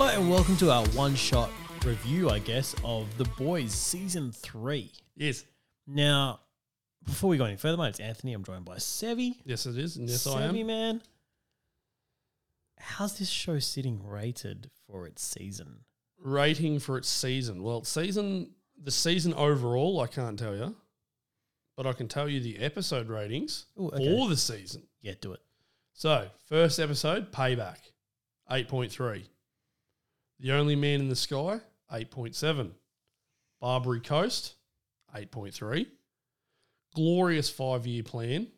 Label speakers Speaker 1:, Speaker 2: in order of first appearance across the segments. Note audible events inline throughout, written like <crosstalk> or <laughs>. Speaker 1: and welcome to our one shot review, I guess, of The Boys Season 3.
Speaker 2: Yes.
Speaker 1: Now, before we go any further, my name's Anthony. I'm joined by Sevi.
Speaker 2: Yes, it is. And yes,
Speaker 1: Sevi,
Speaker 2: I am.
Speaker 1: man. How's this show sitting rated for its season?
Speaker 2: Rating for its season. Well, its season, the season overall, I can't tell you, but I can tell you the episode ratings
Speaker 1: Ooh, okay.
Speaker 2: for the season.
Speaker 1: Yeah, do it.
Speaker 2: So, first episode, Payback, 8.3. The Only Man in the Sky, 8.7. Barbary Coast, 8.3. Glorious Five Year Plan,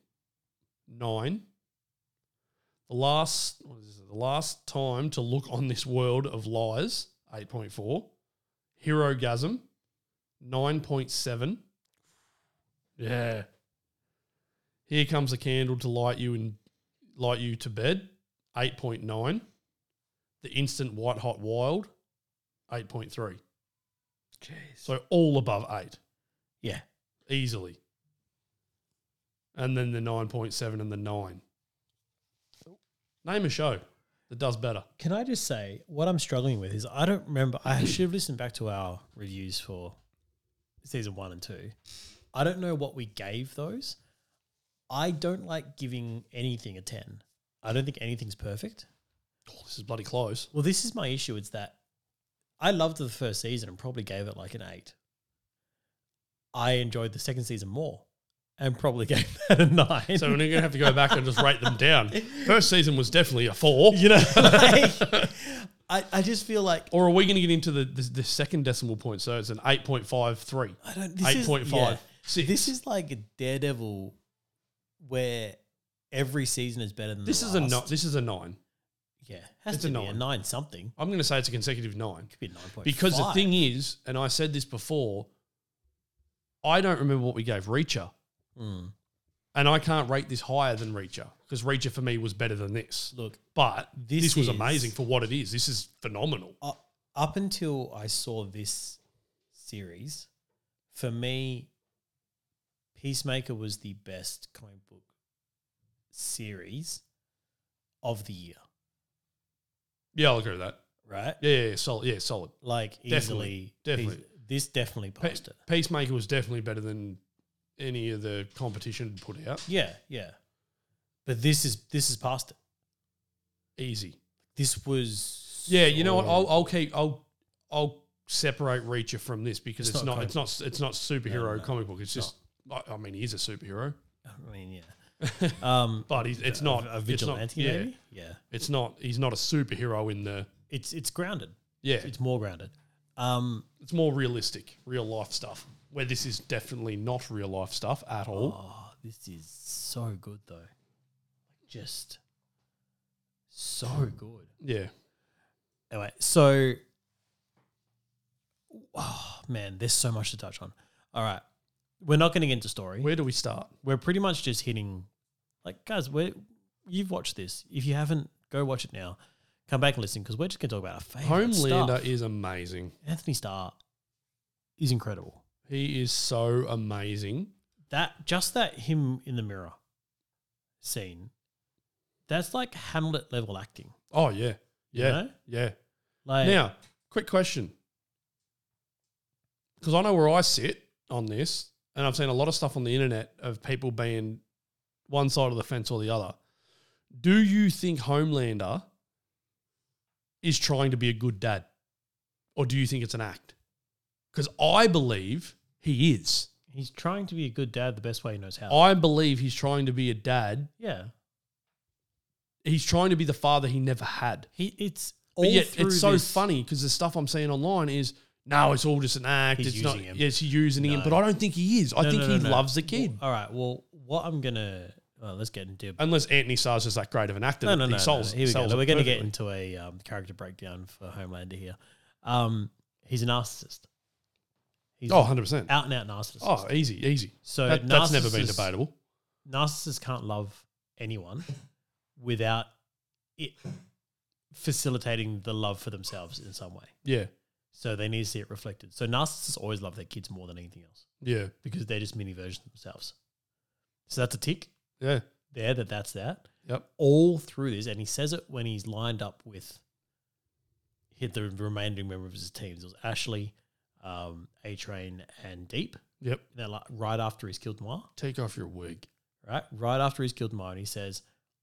Speaker 2: 9. The Last, what is it? The Last Time to Look on This World of Lies, 8.4. Hero Gasm, 9.7. Yeah. Here Comes a Candle to Light You in Light You to Bed, 8.9. The Instant White Hot Wild, 8.3.
Speaker 1: Jeez.
Speaker 2: So all above 8,
Speaker 1: Yeah.
Speaker 2: easily. And then the 9.7 and the 9. Name a show that does better.
Speaker 1: Can I just say what I'm struggling with is I don't remember. I should have listened back to our reviews for season one and two. I don't know what we gave those. I don't like giving anything a 10. I don't think anything's perfect.
Speaker 2: Oh, this is bloody close.
Speaker 1: Well, this is my issue. It's that I loved the first season and probably gave it like an eight. I enjoyed the second season more and probably <laughs> gave that a nine.
Speaker 2: So we're going to have to go back and just rate them down. First season was definitely a
Speaker 1: <laughs>
Speaker 2: 4.
Speaker 1: you know, like, I, I just feel like
Speaker 2: Or are we going to get into the, the, the second decimal point? So it's an 8.53.
Speaker 1: I don't. This is-
Speaker 2: 8.5.
Speaker 1: yeah.
Speaker 2: Six.
Speaker 1: This is like a Daredevil, where every season is better than
Speaker 2: This
Speaker 1: the
Speaker 2: is a
Speaker 1: last.
Speaker 2: no, this is a nine.
Speaker 1: Yeah, has
Speaker 2: it's
Speaker 1: to
Speaker 2: a
Speaker 1: be a
Speaker 2: nine.
Speaker 1: nine something.
Speaker 2: I'm going to say it's a consecutive nine
Speaker 1: Could be nine point
Speaker 2: because the thing is, and I said this before, I don't remember what we gave Reacher,
Speaker 1: Mm.
Speaker 2: and I can't rate this higher than Reacher because Reacher for me was better than this.
Speaker 1: look
Speaker 2: But this,
Speaker 1: This
Speaker 2: was
Speaker 1: is-
Speaker 2: amazing for what it is. This is phenomenal.
Speaker 1: u- up until I saw this series, for me, Peacemaker was the best comic book series of the year.
Speaker 2: Yeah, I'll agree with that.
Speaker 1: Right,
Speaker 2: Yeah, yeah, yeah solid. Yeah, solid.
Speaker 1: like
Speaker 2: Definitely,
Speaker 1: easily,
Speaker 2: definitely.
Speaker 1: Peace- This definitely
Speaker 2: Pe-
Speaker 1: passed it.
Speaker 2: Peacemaker was definitely better than any of the competition put out.
Speaker 1: Yeah, yeah. But this is this is past it.
Speaker 2: Easy.
Speaker 1: This was
Speaker 2: Yeah, you know what?
Speaker 1: so-
Speaker 2: I'll, I'll keep. I'll I'll separate Reacher from this because
Speaker 1: It's
Speaker 2: it's,
Speaker 1: not
Speaker 2: not. It's not. It's not superhero
Speaker 1: no.
Speaker 2: comic book. It's just. I, I mean, he is a superhero,
Speaker 1: I mean, yeah. <laughs> Um,
Speaker 2: but he's, it's not
Speaker 1: a
Speaker 2: it's not-
Speaker 1: vigilante,
Speaker 2: yeah,
Speaker 1: maybe. Yeah,
Speaker 2: it's not. He's not a superhero in the.
Speaker 1: it's it's grounded.
Speaker 2: Yeah,
Speaker 1: It's more grounded. Um,
Speaker 2: it's more realistic, real life stuff. Where this is definitely not real life stuff at all.
Speaker 1: oh, this is so good though. Just so
Speaker 2: Hmm.
Speaker 1: good.
Speaker 2: Yeah,
Speaker 1: Anyway, so oh man, there's so much to touch on. All right, we're not going to get into story.
Speaker 2: where do we start?
Speaker 1: we're pretty much just hitting like guys we're you've watched this if you haven't go watch it now come back and listen because we're just going to talk about our favorite
Speaker 2: Homelander
Speaker 1: stuff.
Speaker 2: is amazing.
Speaker 1: anthony starr is incredible
Speaker 2: He is so amazing.
Speaker 1: that just that him in the mirror scene that's like hamlet level acting
Speaker 2: Oh yeah,
Speaker 1: you
Speaker 2: yeah,
Speaker 1: know?
Speaker 2: yeah.
Speaker 1: like
Speaker 2: Now, quick question. Because I know where I sit on this, and I've seen a lot of stuff on the internet of people being one side of the fence or the other. Do you think Homelander is trying to be a good dad? Or do you think it's an act? Because I believe he is.
Speaker 1: he's trying to be a good dad the best way he knows how
Speaker 2: I believe he's trying to be a dad.
Speaker 1: yeah
Speaker 2: He's trying to be the father he never had.
Speaker 1: he it's all
Speaker 2: But yet,
Speaker 1: through
Speaker 2: it's so
Speaker 1: this-
Speaker 2: funny because the stuff I'm seeing online is no, it's all just an act.
Speaker 1: He's
Speaker 2: it's not.
Speaker 1: using him.
Speaker 2: Yes, he's using him,
Speaker 1: No.
Speaker 2: but I don't think he is. I
Speaker 1: No,
Speaker 2: think
Speaker 1: no, no,
Speaker 2: he
Speaker 1: no.
Speaker 2: loves the kid.
Speaker 1: all right well uh, what i'm gonna oh, let's get into
Speaker 2: Unless Anthony Starr's just that great of an actor,
Speaker 1: No,
Speaker 2: that
Speaker 1: no,
Speaker 2: he
Speaker 1: no.
Speaker 2: solves-
Speaker 1: no. Here we go.
Speaker 2: solves it
Speaker 1: We're going to get
Speaker 2: perfectly.
Speaker 1: into a um, character breakdown for Homelander here. Um, he's a narcissist. He's
Speaker 2: Oh, 100 percent.
Speaker 1: out and out narcissist.
Speaker 2: Oh, easy, easy.
Speaker 1: so
Speaker 2: That- that's never been
Speaker 1: narcissists-
Speaker 2: debatable.
Speaker 1: Narcissists can't love anyone without it facilitating the love for themselves in some way.
Speaker 2: Yeah,
Speaker 1: So they need to see it reflected. So narcissists always love their kids more than anything else
Speaker 2: yeah,
Speaker 1: because they're just mini versions of themselves. So that's a tick
Speaker 2: yeah.
Speaker 1: there that that's that.
Speaker 2: Yep.
Speaker 1: all through this, and he says it when he's lined up with hit the remaining members of his teams. It was Ashley, um, A Train, and Deep.
Speaker 2: Yep.
Speaker 1: And then, like, right after he's killed Noir,
Speaker 2: Take off your wig.
Speaker 1: right? Right after he's killed Noir, and he says,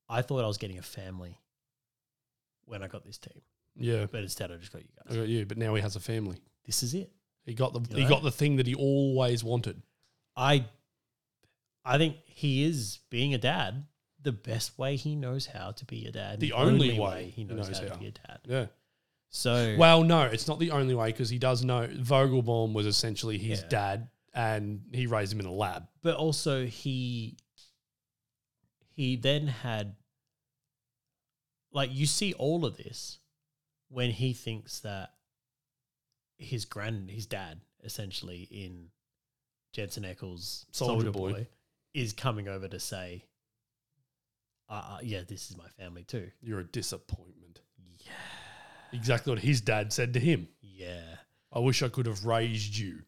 Speaker 1: I thought I was getting a family when I got this team,
Speaker 2: Yeah.
Speaker 1: but instead I just got you
Speaker 2: I
Speaker 1: guys.
Speaker 2: got you, but now he has a family.
Speaker 1: This is it.
Speaker 2: He got the
Speaker 1: You
Speaker 2: he
Speaker 1: know?
Speaker 2: got the thing that he always wanted.
Speaker 1: I I think he is being a dad the best way he knows how to be a dad. and
Speaker 2: The only way
Speaker 1: he knows, how,
Speaker 2: how.
Speaker 1: to be a dad.
Speaker 2: Yeah.
Speaker 1: So
Speaker 2: Well, no, it's not the only way because he does know Vogelbaum was essentially his
Speaker 1: Yeah.
Speaker 2: dad, and he raised him in a lab.
Speaker 1: but also he he then had like you see all of this when he thinks that his grand his dad essentially in Jensen Eccles
Speaker 2: Soldier
Speaker 1: Soldier
Speaker 2: Boy.
Speaker 1: Boy, is coming over to say uh, uh, yeah this is my family too
Speaker 2: You're a disappointment.
Speaker 1: yeah
Speaker 2: Exactly what his dad said to him.
Speaker 1: yeah
Speaker 2: I wish I could have raised you,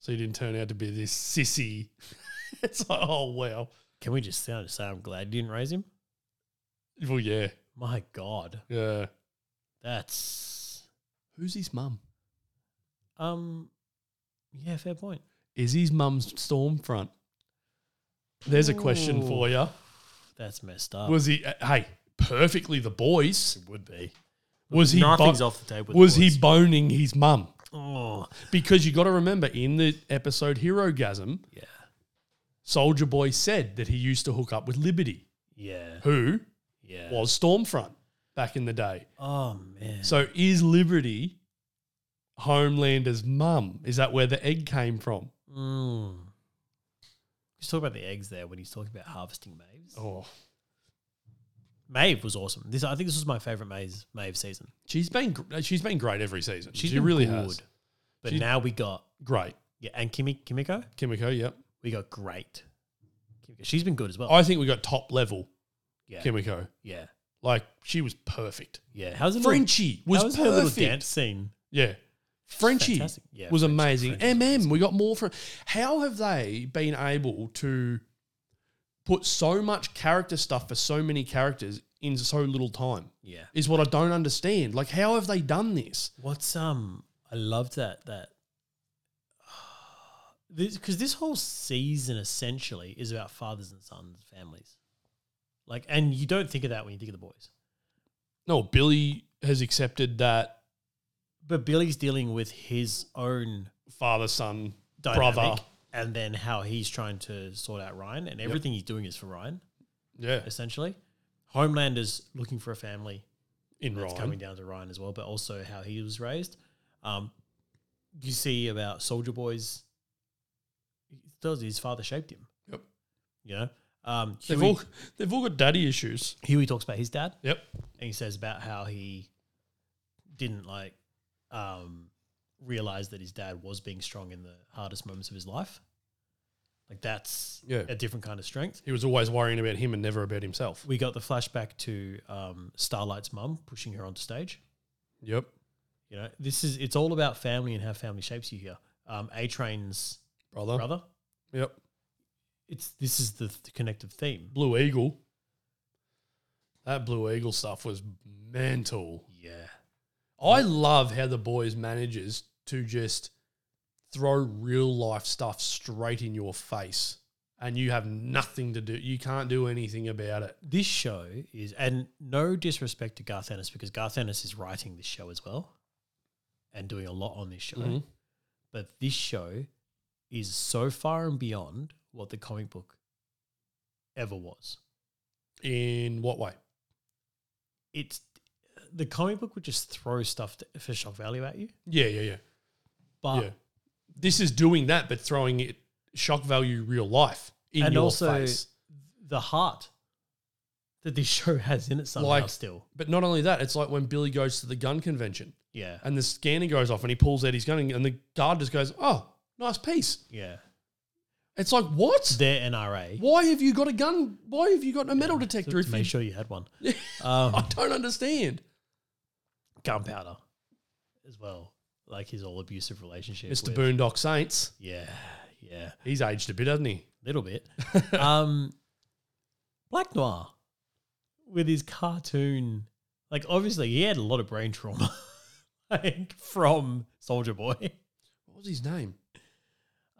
Speaker 2: so you didn't turn out to be this sissy. <laughs> it's like, oh wow.
Speaker 1: can we just sound- say I'm glad you didn't raise him
Speaker 2: Well, yeah,
Speaker 1: my god
Speaker 2: yeah.
Speaker 1: that's
Speaker 2: Who's his mum?
Speaker 1: um yeah fair point
Speaker 2: Is his mum's Stormfront? There's a question
Speaker 1: Ooh.
Speaker 2: for you.
Speaker 1: that's messed up
Speaker 2: Was he? uh, hey, perfectly the boys.
Speaker 1: It would be.
Speaker 2: Was he? bo-
Speaker 1: Nothing's off the table. with
Speaker 2: was
Speaker 1: the
Speaker 2: he
Speaker 1: boys.
Speaker 2: boning his mum?
Speaker 1: oh,
Speaker 2: Because you got to remember, in the episode Hero Gasm,
Speaker 1: yeah,
Speaker 2: Soldier Boy said that he used to hook up with Liberty,
Speaker 1: yeah,
Speaker 2: who
Speaker 1: yeah.
Speaker 2: was Stormfront back in the day.
Speaker 1: oh man.
Speaker 2: So is Liberty Homelander's mum? Is that where the egg came from?
Speaker 1: mm. He's talking about the eggs there when he's talking about harvesting Maves.
Speaker 2: Oh,
Speaker 1: Mave was awesome. This I think this was my favorite Maeve's Mave season.
Speaker 2: she's been gr- uh, she's been great every season.
Speaker 1: She's
Speaker 2: she
Speaker 1: been
Speaker 2: really
Speaker 1: good.
Speaker 2: has
Speaker 1: But
Speaker 2: She-
Speaker 1: now we got
Speaker 2: great
Speaker 1: yeah, and Kimi Kimiko,
Speaker 2: Kimiko. Yep,
Speaker 1: we got great. Kimiko. She's been good as well.
Speaker 2: I think we got top level
Speaker 1: yeah,
Speaker 2: Kimiko.
Speaker 1: yeah,
Speaker 2: Like she was perfect.
Speaker 1: yeah. How's it
Speaker 2: Frenchie was,
Speaker 1: That was her little
Speaker 2: perfect.
Speaker 1: dance scene.
Speaker 2: Yeah. Frenchie
Speaker 1: Fantastic. Yeah,
Speaker 2: was
Speaker 1: Frenchie-
Speaker 2: amazing.
Speaker 1: Frenchie was
Speaker 2: MM, we got more from. How have they been able to put so much character stuff for so many characters in so little time?
Speaker 1: Yeah.
Speaker 2: Is what I don't understand. Like, how have they done this?
Speaker 1: What's um? I loved that that <sighs> this because this whole season essentially is about fathers and sons, families. Like, and you don't think of that when you think of the boys,
Speaker 2: No, Billy has accepted that
Speaker 1: but Billy's dealing with his own
Speaker 2: father son
Speaker 1: dynamic,
Speaker 2: brother.
Speaker 1: and then how he's trying to sort out Ryan, and everything he's doing is for Ryan
Speaker 2: Yeah,
Speaker 1: essentially. Homelander's looking for a family.
Speaker 2: in
Speaker 1: That's
Speaker 2: Ryan.
Speaker 1: coming down to Ryan as well, but also how he was raised. Um, you see about Soldier Boys. it Does his father shaped him?
Speaker 2: Yep.
Speaker 1: You know, um,
Speaker 2: They've
Speaker 1: Huey,
Speaker 2: all they've all got daddy issues.
Speaker 1: Huey talks about his dad,
Speaker 2: Yep.
Speaker 1: and he says about how he didn't like um, realize that his dad was being strong in the hardest moments of his life. Like that's
Speaker 2: Yeah.
Speaker 1: a different kind of strength.
Speaker 2: He was always worrying about him and never about himself.
Speaker 1: We got the flashback to um, Starlight's mum pushing her onto stage.
Speaker 2: Yep.
Speaker 1: You know, this is it's all about family and how family shapes you here. Um, A Train's
Speaker 2: Brother.
Speaker 1: brother.
Speaker 2: Yep.
Speaker 1: It's this is the, th- connective theme.
Speaker 2: Blue Eagle. That Blue Eagle stuff was mental.
Speaker 1: Yeah,
Speaker 2: I love how the boys manages to just throw real life stuff straight in your face and you have nothing to do. You can't do anything about it.
Speaker 1: this show is, and no disrespect to Garth Ennis because Garth Ennis is writing this show as well, and doing a lot on this show.
Speaker 2: Mhm.
Speaker 1: But this show is so far and beyond what the comic book ever was.
Speaker 2: In what way?
Speaker 1: It's the comic book would just throw stuff to, for shock value at you,
Speaker 2: Yeah, yeah, yeah.
Speaker 1: but
Speaker 2: yeah. This is doing that but throwing it shock value real life in
Speaker 1: And
Speaker 2: your
Speaker 1: also-
Speaker 2: face.
Speaker 1: the heart that this <laughs> show has in it somehow
Speaker 2: Like-
Speaker 1: still.
Speaker 2: But not only that, it's like when Billy goes to the gun convention
Speaker 1: Yeah.
Speaker 2: and the scanner goes off and he pulls out his gun and- and the guard just goes, "Oh, nice piece."
Speaker 1: Yeah.
Speaker 2: It's like, "What?"
Speaker 1: Their NRA.
Speaker 2: Why have you got a gun? Why have you got a metal
Speaker 1: To,
Speaker 2: detector?
Speaker 1: to
Speaker 2: If you,
Speaker 1: make sure you had one. Um,
Speaker 2: <laughs> I don't understand.
Speaker 1: gunpowder as well. Like his all abusive relationship.
Speaker 2: Mr.
Speaker 1: with-
Speaker 2: Boondock Saints,
Speaker 1: Yeah. Yeah.
Speaker 2: he's aged a bit, hasn't he?
Speaker 1: little bit. <laughs> um, Black Noir with his cartoon. Like, obviously, he had a lot of brain trauma. <laughs> like from Soldier Boy. <laughs>
Speaker 2: What was his name?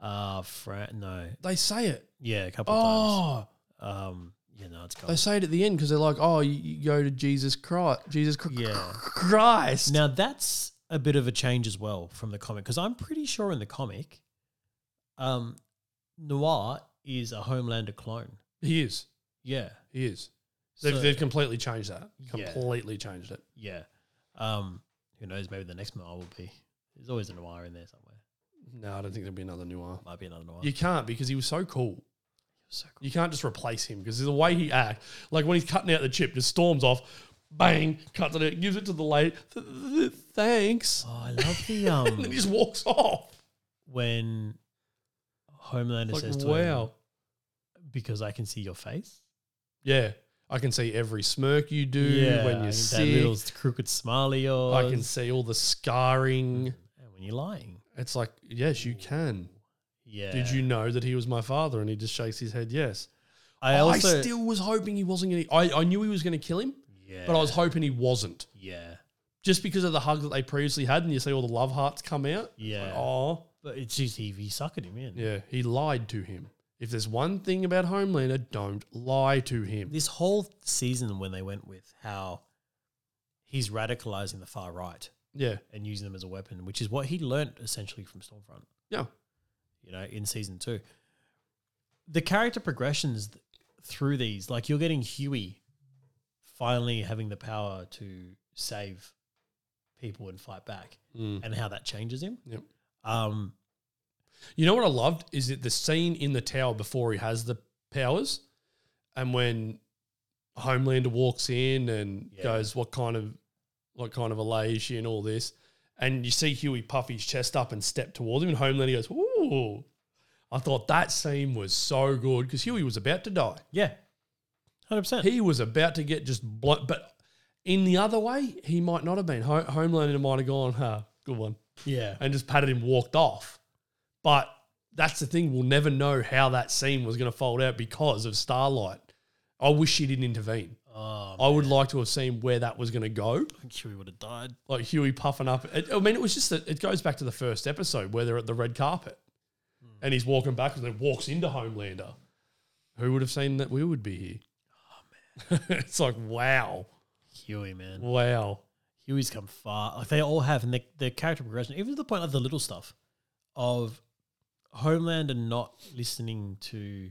Speaker 1: Uh Fran no.
Speaker 2: They say it.
Speaker 1: Yeah, a couple of
Speaker 2: Oh,
Speaker 1: times. Um yeah, no, it's
Speaker 2: they
Speaker 1: gone.
Speaker 2: say it at the end because they're like, "Oh, you, you go to Jesus Christ, Jesus Chr-
Speaker 1: Yeah.
Speaker 2: Christ."
Speaker 1: Now that's a bit of a change as well from the comic because I'm pretty sure in the comic, um, Noir is a Homelander clone.
Speaker 2: he is.
Speaker 1: Yeah,
Speaker 2: He is. They've,
Speaker 1: So-
Speaker 2: they've completely changed that.
Speaker 1: Yeah.
Speaker 2: Completely changed it.
Speaker 1: yeah. Um, who knows? Maybe the next Noir will be. There's always a Noir in there somewhere.
Speaker 2: No, I don't think there'll be another noir.
Speaker 1: Might be another Noir.
Speaker 2: You can't because he was so cool.
Speaker 1: so cool.
Speaker 2: You can't just replace him because the way he acts, like when he's cutting out the chip, just storms off, bang, cuts it, out, gives it to the lady. Th- th- th- Thanks.
Speaker 1: Oh, I love
Speaker 2: <laughs>
Speaker 1: the
Speaker 2: And then
Speaker 1: um
Speaker 2: he just walks off.
Speaker 1: when Homelander
Speaker 2: Like,
Speaker 1: says to him
Speaker 2: wow.
Speaker 1: because I can see your face.
Speaker 2: Yeah. I can see every smirk you do when you're
Speaker 1: that
Speaker 2: sick.
Speaker 1: little crooked smile of yours.
Speaker 2: I can see all the scarring.
Speaker 1: and when you're lying.
Speaker 2: It's like, yes, you can.
Speaker 1: Yeah.
Speaker 2: Did you know that he was my father? And he just shakes his head, yes.
Speaker 1: I
Speaker 2: I,
Speaker 1: also
Speaker 2: still was hoping he wasn't going to. I, I knew he was going to kill him,
Speaker 1: yeah,
Speaker 2: but I was hoping he wasn't.
Speaker 1: yeah.
Speaker 2: Just because of the hug that they previously had, and you see all the love hearts come out. It's
Speaker 1: Yeah.
Speaker 2: Like, oh.
Speaker 1: But it's just he, he suckered him in.
Speaker 2: Yeah, he lied to him. If there's one thing about Homelander, don't lie to him.
Speaker 1: This whole season when they went with how he's radicalizing the far right
Speaker 2: Yeah.
Speaker 1: and using them as a weapon, which is what he learnt essentially from Stormfront,
Speaker 2: Yeah.
Speaker 1: you know, in season two. The character progressions th- through these, like you're getting Huey finally having the power to save people and fight back
Speaker 2: Mm.
Speaker 1: and how that changes him.
Speaker 2: Yep.
Speaker 1: Um,
Speaker 2: You know what I loved is that the scene in the tower before he has the powers, and when Homelander walks in and
Speaker 1: Yeah.
Speaker 2: goes, "What kind of, what kind of a lay is she?" and all this, and you see Huey puff his chest up and step towards him, and Homelander goes, "Ooh." I thought that scene was so good because Huey was about to die.
Speaker 1: yeah. 100%.
Speaker 2: He was about to get just blown, but in the other way, he might not have been. Ho- Homelander might have gone, "Ha, good one."
Speaker 1: yeah.
Speaker 2: and just patted him, walked off. But that's the thing. We'll never know how that scene was going to fold out because of Starlight. I wish she didn't intervene.
Speaker 1: Oh,
Speaker 2: I would like to have seen where that was going to go.
Speaker 1: I think Huey would have died.
Speaker 2: Like Huey puffing up. It- I mean, it was just that it goes back to the first episode where they're at the red carpet and he's walking back and then walks into Homelander. Who would have seen that we would be here? Oh, man. <laughs> it's like, wow.
Speaker 1: Huey, man.
Speaker 2: Wow.
Speaker 1: Huey's come far. Like they all have, and the, the character progression, even to the point of the little stuff of Homelander not listening to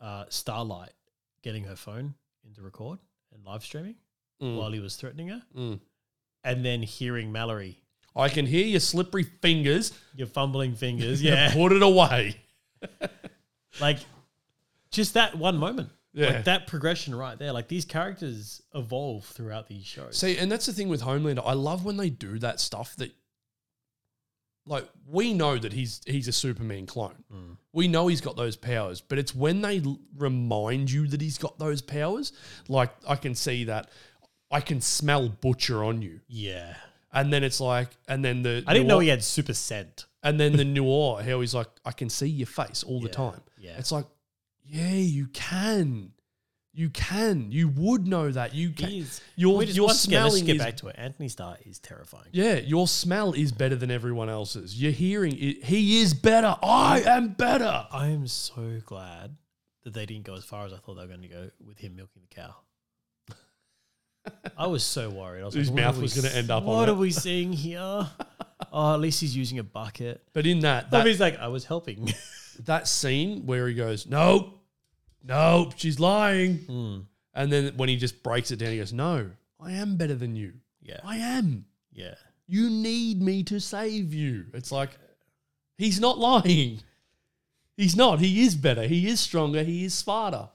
Speaker 1: uh, Starlight getting her phone into record and live streaming
Speaker 2: Mm,
Speaker 1: while he was threatening her,
Speaker 2: mm.
Speaker 1: and then hearing Mallory,
Speaker 2: I can hear your slippery fingers.
Speaker 1: your fumbling fingers. Yeah.
Speaker 2: Put it away.
Speaker 1: like just that one moment.
Speaker 2: Yeah.
Speaker 1: Like that progression right there. Like these characters evolve throughout these shows.
Speaker 2: See, and that's the thing with Homelander. I love when they do that stuff that like we know that he's he's a Superman clone.
Speaker 1: Mm.
Speaker 2: We know he's got those powers, but it's when they l- remind you that he's got those powers, like I can see that I can smell butcher on you.
Speaker 1: Yeah.
Speaker 2: And then it's like and then the
Speaker 1: I didn't
Speaker 2: noir-
Speaker 1: know he had super scent.
Speaker 2: and
Speaker 1: <laughs>
Speaker 2: then the noir, how he's like, I can see your face all the
Speaker 1: Yeah,
Speaker 2: time.
Speaker 1: yeah.
Speaker 2: It's like, yeah, you can. You can. You would know that. You can
Speaker 1: He's
Speaker 2: you're,
Speaker 1: We just,
Speaker 2: you're
Speaker 1: once again, let's just
Speaker 2: smelling
Speaker 1: get
Speaker 2: is
Speaker 1: back to it. Anthony Starr is terrifying.
Speaker 2: Yeah, your smell is better than everyone else's. Your hearing, i he is better. I am better.
Speaker 1: I am so glad that they didn't go as far as I thought they were going to go with him milking the cow. I was so worried. I was
Speaker 2: His
Speaker 1: like, what
Speaker 2: mouth
Speaker 1: are we
Speaker 2: was gonna
Speaker 1: s-
Speaker 2: end up on
Speaker 1: What
Speaker 2: it."
Speaker 1: are we seeing
Speaker 2: <laughs>
Speaker 1: here? oh, at least he's using a bucket.
Speaker 2: But in that
Speaker 1: But
Speaker 2: that,
Speaker 1: he's like, I was helping. <laughs>
Speaker 2: that scene where he goes, nope, nope, she's lying,
Speaker 1: Hmm.
Speaker 2: and then when he just breaks it down, he goes, no, I am better than you.
Speaker 1: Yeah,
Speaker 2: I am.
Speaker 1: yeah.
Speaker 2: You need me to save you. It's like he's not lying. He's not. He is better. He is stronger. He is smarter.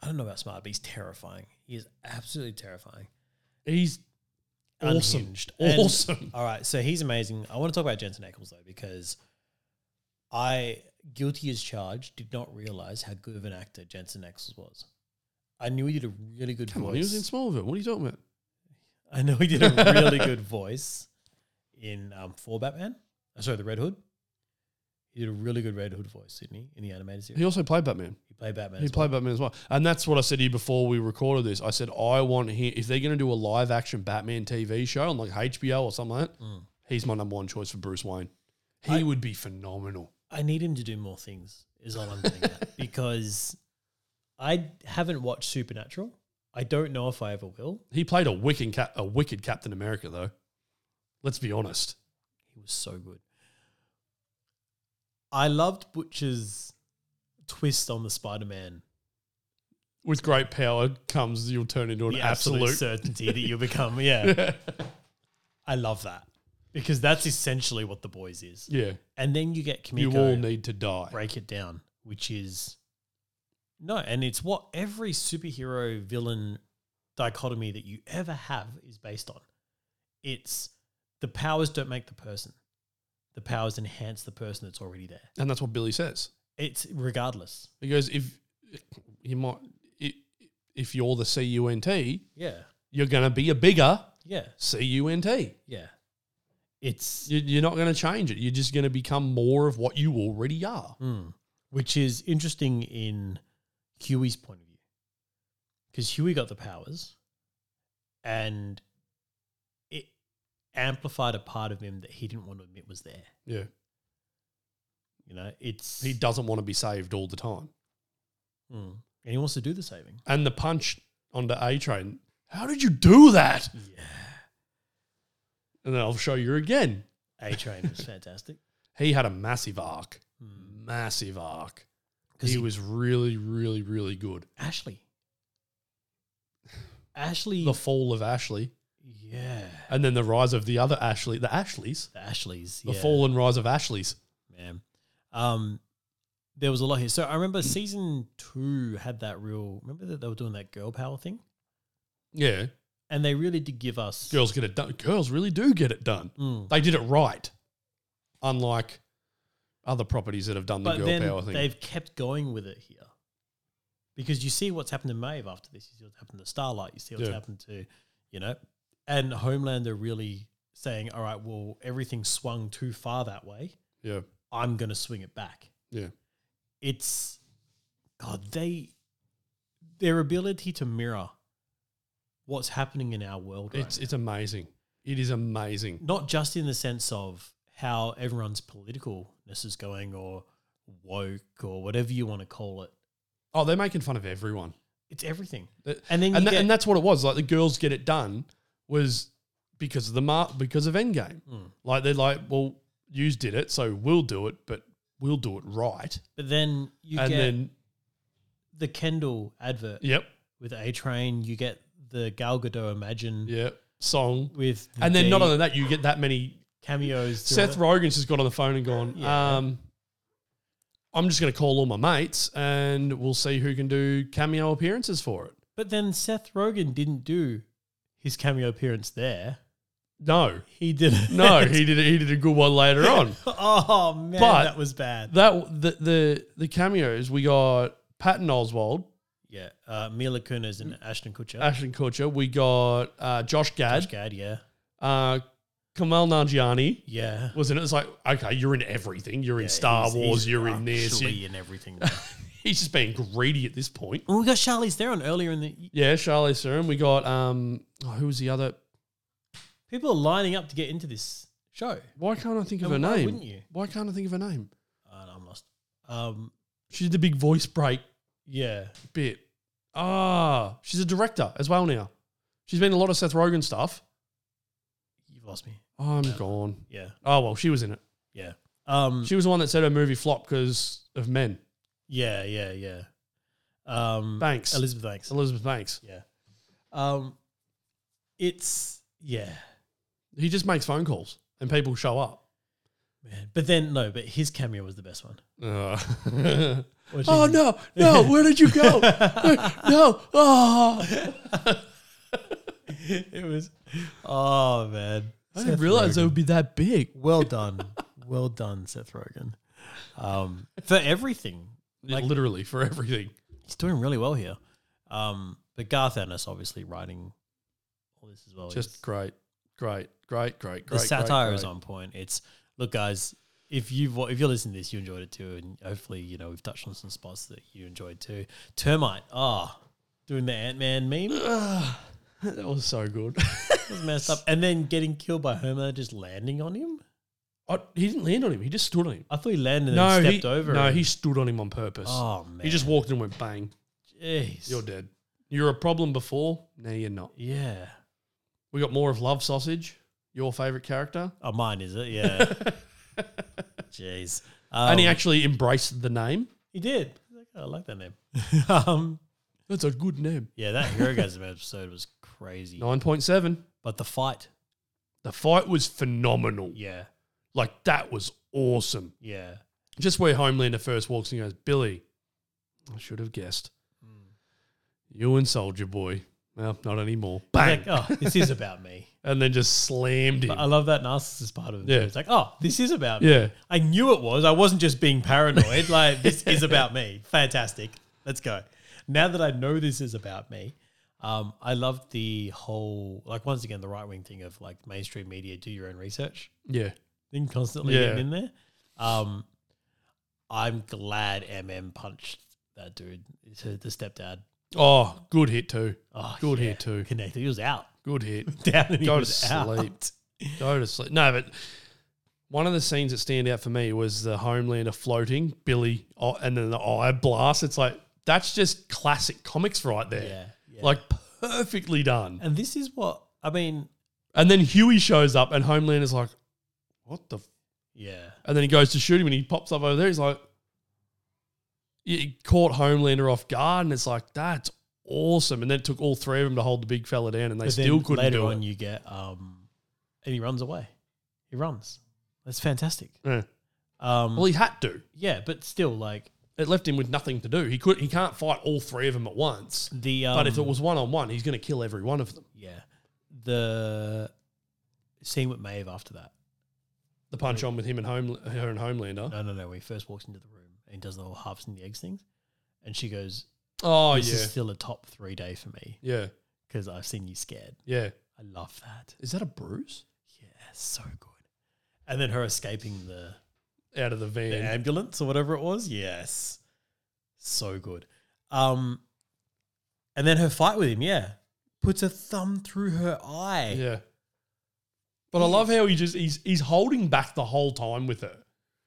Speaker 1: I don't know about smart, but he's terrifying. He is absolutely terrifying.
Speaker 2: He's awesome.
Speaker 1: Unhinged. And-
Speaker 2: Awesome.
Speaker 1: <laughs> All right, so he's amazing. I want to talk about Jensen Ackles though because I, guilty as charged, did not realize how good of an actor Jensen Ackles was. I knew he did a really good
Speaker 2: Come
Speaker 1: voice.
Speaker 2: on, he was in Smallville. What are you talking about?
Speaker 1: I know he did a
Speaker 2: <laughs>
Speaker 1: really good voice in um, for Batman. Uh, sorry, the Red Hood. You did a really good Red Hood voice, Sydney, in the animated series.
Speaker 2: He also played Batman.
Speaker 1: You played Batman.
Speaker 2: He
Speaker 1: as well.
Speaker 2: played Batman as well. And that's what I said to you before we recorded this. I said, I want him, if they're going to do a live action Batman TV show on like HBO or something like that, he's my number one choice for Bruce Wayne. He
Speaker 1: I-
Speaker 2: would be phenomenal.
Speaker 1: I need him to do more things, is all I'm getting at. <laughs> Because I haven't watched Supernatural. I don't know if I ever will.
Speaker 2: He played a wicked, cap, a wicked Captain America, though. Let's be honest.
Speaker 1: He was so good. I loved Butcher's twist on the Spider Man.
Speaker 2: With great power comes, you'll turn into an
Speaker 1: The absolute
Speaker 2: absolute.
Speaker 1: certainty that you'll
Speaker 2: <laughs>
Speaker 1: become. Yeah. I love that. Because that's essentially what the boys is.
Speaker 2: yeah.
Speaker 1: And then you get
Speaker 2: You all
Speaker 1: Kamiko
Speaker 2: need to die.
Speaker 1: break it down, which is no, and it's what every superhero villain dichotomy that you ever have is based on. It's the powers don't make the person. The powers enhance the person that's already there.
Speaker 2: And that's what Billy says.
Speaker 1: It's regardless.
Speaker 2: He goes, if you might, i- if you're the CUNT,
Speaker 1: Yeah.
Speaker 2: you're going to be a bigger
Speaker 1: Yeah.
Speaker 2: CUNT.
Speaker 1: Yeah. It's
Speaker 2: You- You're not going to change it. You're just going to become more of what you already are.
Speaker 1: Mm. Which is interesting in Huey's point of view. Because Huey got the powers and it amplified a part of him that he didn't want to admit was there.
Speaker 2: Yeah.
Speaker 1: You know, it's.
Speaker 2: He doesn't want to be saved all the time.
Speaker 1: Mm. And he wants to do the saving.
Speaker 2: And the punch onto A Train. How did you do that?
Speaker 1: Yeah.
Speaker 2: And then I'll show you again.
Speaker 1: A Train <laughs> was fantastic.
Speaker 2: He had a massive arc.
Speaker 1: Mm.
Speaker 2: Massive arc.
Speaker 1: 'Cause
Speaker 2: He
Speaker 1: he-
Speaker 2: was really, really, really good.
Speaker 1: <sighs> Ashley. Ashley.
Speaker 2: The fall of Ashley.
Speaker 1: yeah.
Speaker 2: And then the rise of the other Ashley, the Ashleys.
Speaker 1: The Ashleys.
Speaker 2: The
Speaker 1: yeah.
Speaker 2: fall and rise of Ashleys.
Speaker 1: man. Um, there was a lot here. So I remember season two had that real. Remember that they were doing that girl power thing,
Speaker 2: Yeah.
Speaker 1: and they really did give us.
Speaker 2: Girls get it done. Girls really do get it done.
Speaker 1: Mm.
Speaker 2: They did it right. Unlike other properties that have done the
Speaker 1: But
Speaker 2: girl
Speaker 1: then
Speaker 2: power thing.
Speaker 1: they've kept going with it here, because you see what's happened to Maeve after this. You see what's happened to Starlight. You see what's
Speaker 2: Yeah.
Speaker 1: happened to, you know, and Homelander really saying, "All right, well, everything swung too far that way.
Speaker 2: Yeah.
Speaker 1: I'm going to swing it back."
Speaker 2: Yeah.
Speaker 1: it's God, they their ability to mirror what's happening in our world. Right
Speaker 2: It's it's amazing. It is amazing.
Speaker 1: now. Not just in the sense of how everyone's politicalness is going or woke or whatever you want to call it.
Speaker 2: Oh, they're making fun of everyone.
Speaker 1: It's everything.
Speaker 2: That-
Speaker 1: And then
Speaker 2: Uh, And,
Speaker 1: you
Speaker 2: tha-
Speaker 1: get,
Speaker 2: and that's what it was. Like the girls get it done was because of the mar- because of Endgame.
Speaker 1: Mm.
Speaker 2: Like they're like, well, yous did it, so we'll do it, but we'll do it right.
Speaker 1: but then you
Speaker 2: and
Speaker 1: get
Speaker 2: then
Speaker 1: the Kendall advert
Speaker 2: yep,
Speaker 1: with A Train, you get the Gal Gadot Imagine
Speaker 2: yep, song.
Speaker 1: with
Speaker 2: And then not
Speaker 1: the
Speaker 2: only that, you get that many.
Speaker 1: cameos.
Speaker 2: Seth
Speaker 1: throughout-
Speaker 2: Rogen's just got on the phone and gone.
Speaker 1: Yeah.
Speaker 2: Um, I'm just going to call all my mates and we'll see who can do cameo appearances for it.
Speaker 1: But then Seth Rogen didn't do his cameo appearance there.
Speaker 2: No,
Speaker 1: He did it. <laughs>
Speaker 2: no, he did. He did a good one later on.
Speaker 1: oh man,
Speaker 2: But-
Speaker 1: that was bad.
Speaker 2: That the the the cameos we got Patton Oswald,
Speaker 1: yeah, uh, Mila Kunis and Ashton Kutcher.
Speaker 2: Ashton Kutcher, we got uh, Josh Gad,
Speaker 1: Josh Gad, yeah,
Speaker 2: uh, Kamal Nanjiani
Speaker 1: yeah.
Speaker 2: was in it. It's like okay, you're in everything. You're
Speaker 1: Yeah,
Speaker 2: in Star
Speaker 1: he's-
Speaker 2: Wars.
Speaker 1: he's
Speaker 2: You're in this.
Speaker 1: actually
Speaker 2: you-
Speaker 1: in everything. Oh,
Speaker 2: He's just being greedy at this point.
Speaker 1: well, we got Charlize Theron earlier in the.
Speaker 2: Yeah, Charlie Theron. We got um, oh, who was the other?
Speaker 1: People are lining up to get into this show.
Speaker 2: Why can't I think of
Speaker 1: And
Speaker 2: her
Speaker 1: why
Speaker 2: name?
Speaker 1: wouldn't you?
Speaker 2: Why can't I think of her name?
Speaker 1: Uh, no, I'm lost. Um,
Speaker 2: She did the big voice break
Speaker 1: yeah,
Speaker 2: bit. Ah, she's a director as well now. She's been in a lot of Seth Rogen stuff.
Speaker 1: you've lost me.
Speaker 2: I'm gone.
Speaker 1: Yeah,
Speaker 2: Oh well, she was in it.
Speaker 1: yeah. Um,
Speaker 2: She was the one that said her movie flopped because of men.
Speaker 1: yeah, yeah, yeah. Um,
Speaker 2: Banks.
Speaker 1: Elizabeth Banks.
Speaker 2: Elizabeth Banks.
Speaker 1: Yeah. Um, it's yeah,
Speaker 2: He just makes phone calls and people show up.
Speaker 1: man. But then no, but his cameo was the best one.
Speaker 2: Uh.
Speaker 1: Watching-
Speaker 2: <laughs> oh no, no! Where did you <laughs> go? no, oh!
Speaker 1: <laughs> it was. Oh man,
Speaker 2: I didn't realize it would be that big.
Speaker 1: Well done, well done, Seth Rogen, um, for everything.
Speaker 2: Like literally for everything.
Speaker 1: He's doing really well here. Um, but Garth Ennis obviously writing all this as well.
Speaker 2: Just
Speaker 1: He's-
Speaker 2: great, great, great, great, great.
Speaker 1: the satire
Speaker 2: great,
Speaker 1: is on point. It's look, guys, if you've wa- if you're listening to this, you enjoyed it too, and hopefully, you know, we've touched on some spots that you enjoyed too. Termite, ah, doing the Ant Man meme It
Speaker 2: <sighs> that was so good. <laughs>
Speaker 1: was messed up, and then getting killed by Homer just landing on him.
Speaker 2: I, he didn't land on him. He just stood on him.
Speaker 1: I thought he landed and
Speaker 2: no,
Speaker 1: then
Speaker 2: he,
Speaker 1: stepped over.
Speaker 2: no,
Speaker 1: him.
Speaker 2: he stood on him on purpose.
Speaker 1: oh man,
Speaker 2: he just walked in and went bang.
Speaker 1: jeez,
Speaker 2: You're dead. You're a problem before. Now you're not.
Speaker 1: yeah.
Speaker 2: We got more of Love Sausage, your favorite character.
Speaker 1: Oh, mine is it?
Speaker 2: <laughs>
Speaker 1: Yeah. Jeez. Um,
Speaker 2: and he actually embraced the name.
Speaker 1: he did. He's like, "Oh, I like
Speaker 2: <laughs>
Speaker 1: that name. um,
Speaker 2: That's a good name.
Speaker 1: yeah, that Herogasm <laughs> episode was crazy.
Speaker 2: 9.7.
Speaker 1: But the fight,
Speaker 2: The fight was phenomenal.
Speaker 1: yeah,
Speaker 2: Like, that was awesome.
Speaker 1: yeah.
Speaker 2: Just where Homelander first walks and goes, Billy, I should have guessed.
Speaker 1: Hmm.
Speaker 2: You and Soldier Boy. Well, not anymore. Bang.
Speaker 1: He's like, oh, this is about
Speaker 2: <laughs>
Speaker 1: me.
Speaker 2: and then just slammed him.
Speaker 1: But uh, I love that narcissist part of it.
Speaker 2: Yeah.
Speaker 1: It's like, oh, this is about me.
Speaker 2: yeah.
Speaker 1: I knew it was. I wasn't just being paranoid. Like, this is about me. Fantastic. Let's go. Now that I know this is about me, um, I loved the whole, like, once again, the right wing thing of like mainstream media, do your own research
Speaker 2: Yeah.
Speaker 1: thing constantly
Speaker 2: Yeah.
Speaker 1: getting in there. Um, I'm glad MM punched that dude, the the stepdad.
Speaker 2: Oh, good hit, too.
Speaker 1: Oh,
Speaker 2: Good
Speaker 1: yeah.
Speaker 2: hit, too.
Speaker 1: Connected. He was out. <laughs>
Speaker 2: Good hit.
Speaker 1: Down and he
Speaker 2: Go to
Speaker 1: was
Speaker 2: sleep.
Speaker 1: out.
Speaker 2: Go to sleep. No, but one of the scenes that stand out for me was the Homelander floating, Billy, oh, and then the eye blast. It's like, that's just classic comics right there.
Speaker 1: Yeah, yeah.
Speaker 2: Like, perfectly done.
Speaker 1: And this is what, I mean,
Speaker 2: And then Huey shows up, and Homelander's like, what the? F-?
Speaker 1: yeah.
Speaker 2: And then he goes to shoot him, and he pops up over there. He's like, he caught Homelander off guard, and it's like, that's awesome. And then it took all three of them to hold the big fella down, and they
Speaker 1: But then
Speaker 2: still couldn't
Speaker 1: later
Speaker 2: do
Speaker 1: on
Speaker 2: it.
Speaker 1: you get um and he runs away he runs that's fantastic
Speaker 2: Yeah.
Speaker 1: um
Speaker 2: Well, he had to.
Speaker 1: yeah but still like
Speaker 2: it left him with nothing to do. He could he can't fight all three of them at once.
Speaker 1: the um,
Speaker 2: But if it was one on one, he's going to kill every one of them.
Speaker 1: yeah the scene with Maeve after that
Speaker 2: The punch on with him and home her and Homelander.
Speaker 1: no no no when he first walks into the room and he does the whole halves and the eggs things and she goes
Speaker 2: Oh
Speaker 1: this
Speaker 2: yeah,
Speaker 1: is still a top three day for me
Speaker 2: yeah,
Speaker 1: because I've seen you scared
Speaker 2: yeah.
Speaker 1: I love that
Speaker 2: Is that a bruise
Speaker 1: yeah so good and then her escaping the
Speaker 2: out of the van?
Speaker 1: the ambulance or whatever it was. Yes, so good. Um, and then her fight with him, yeah, puts a thumb through her eye.
Speaker 2: Yeah. But I love how he just he's he's holding back the whole time with her.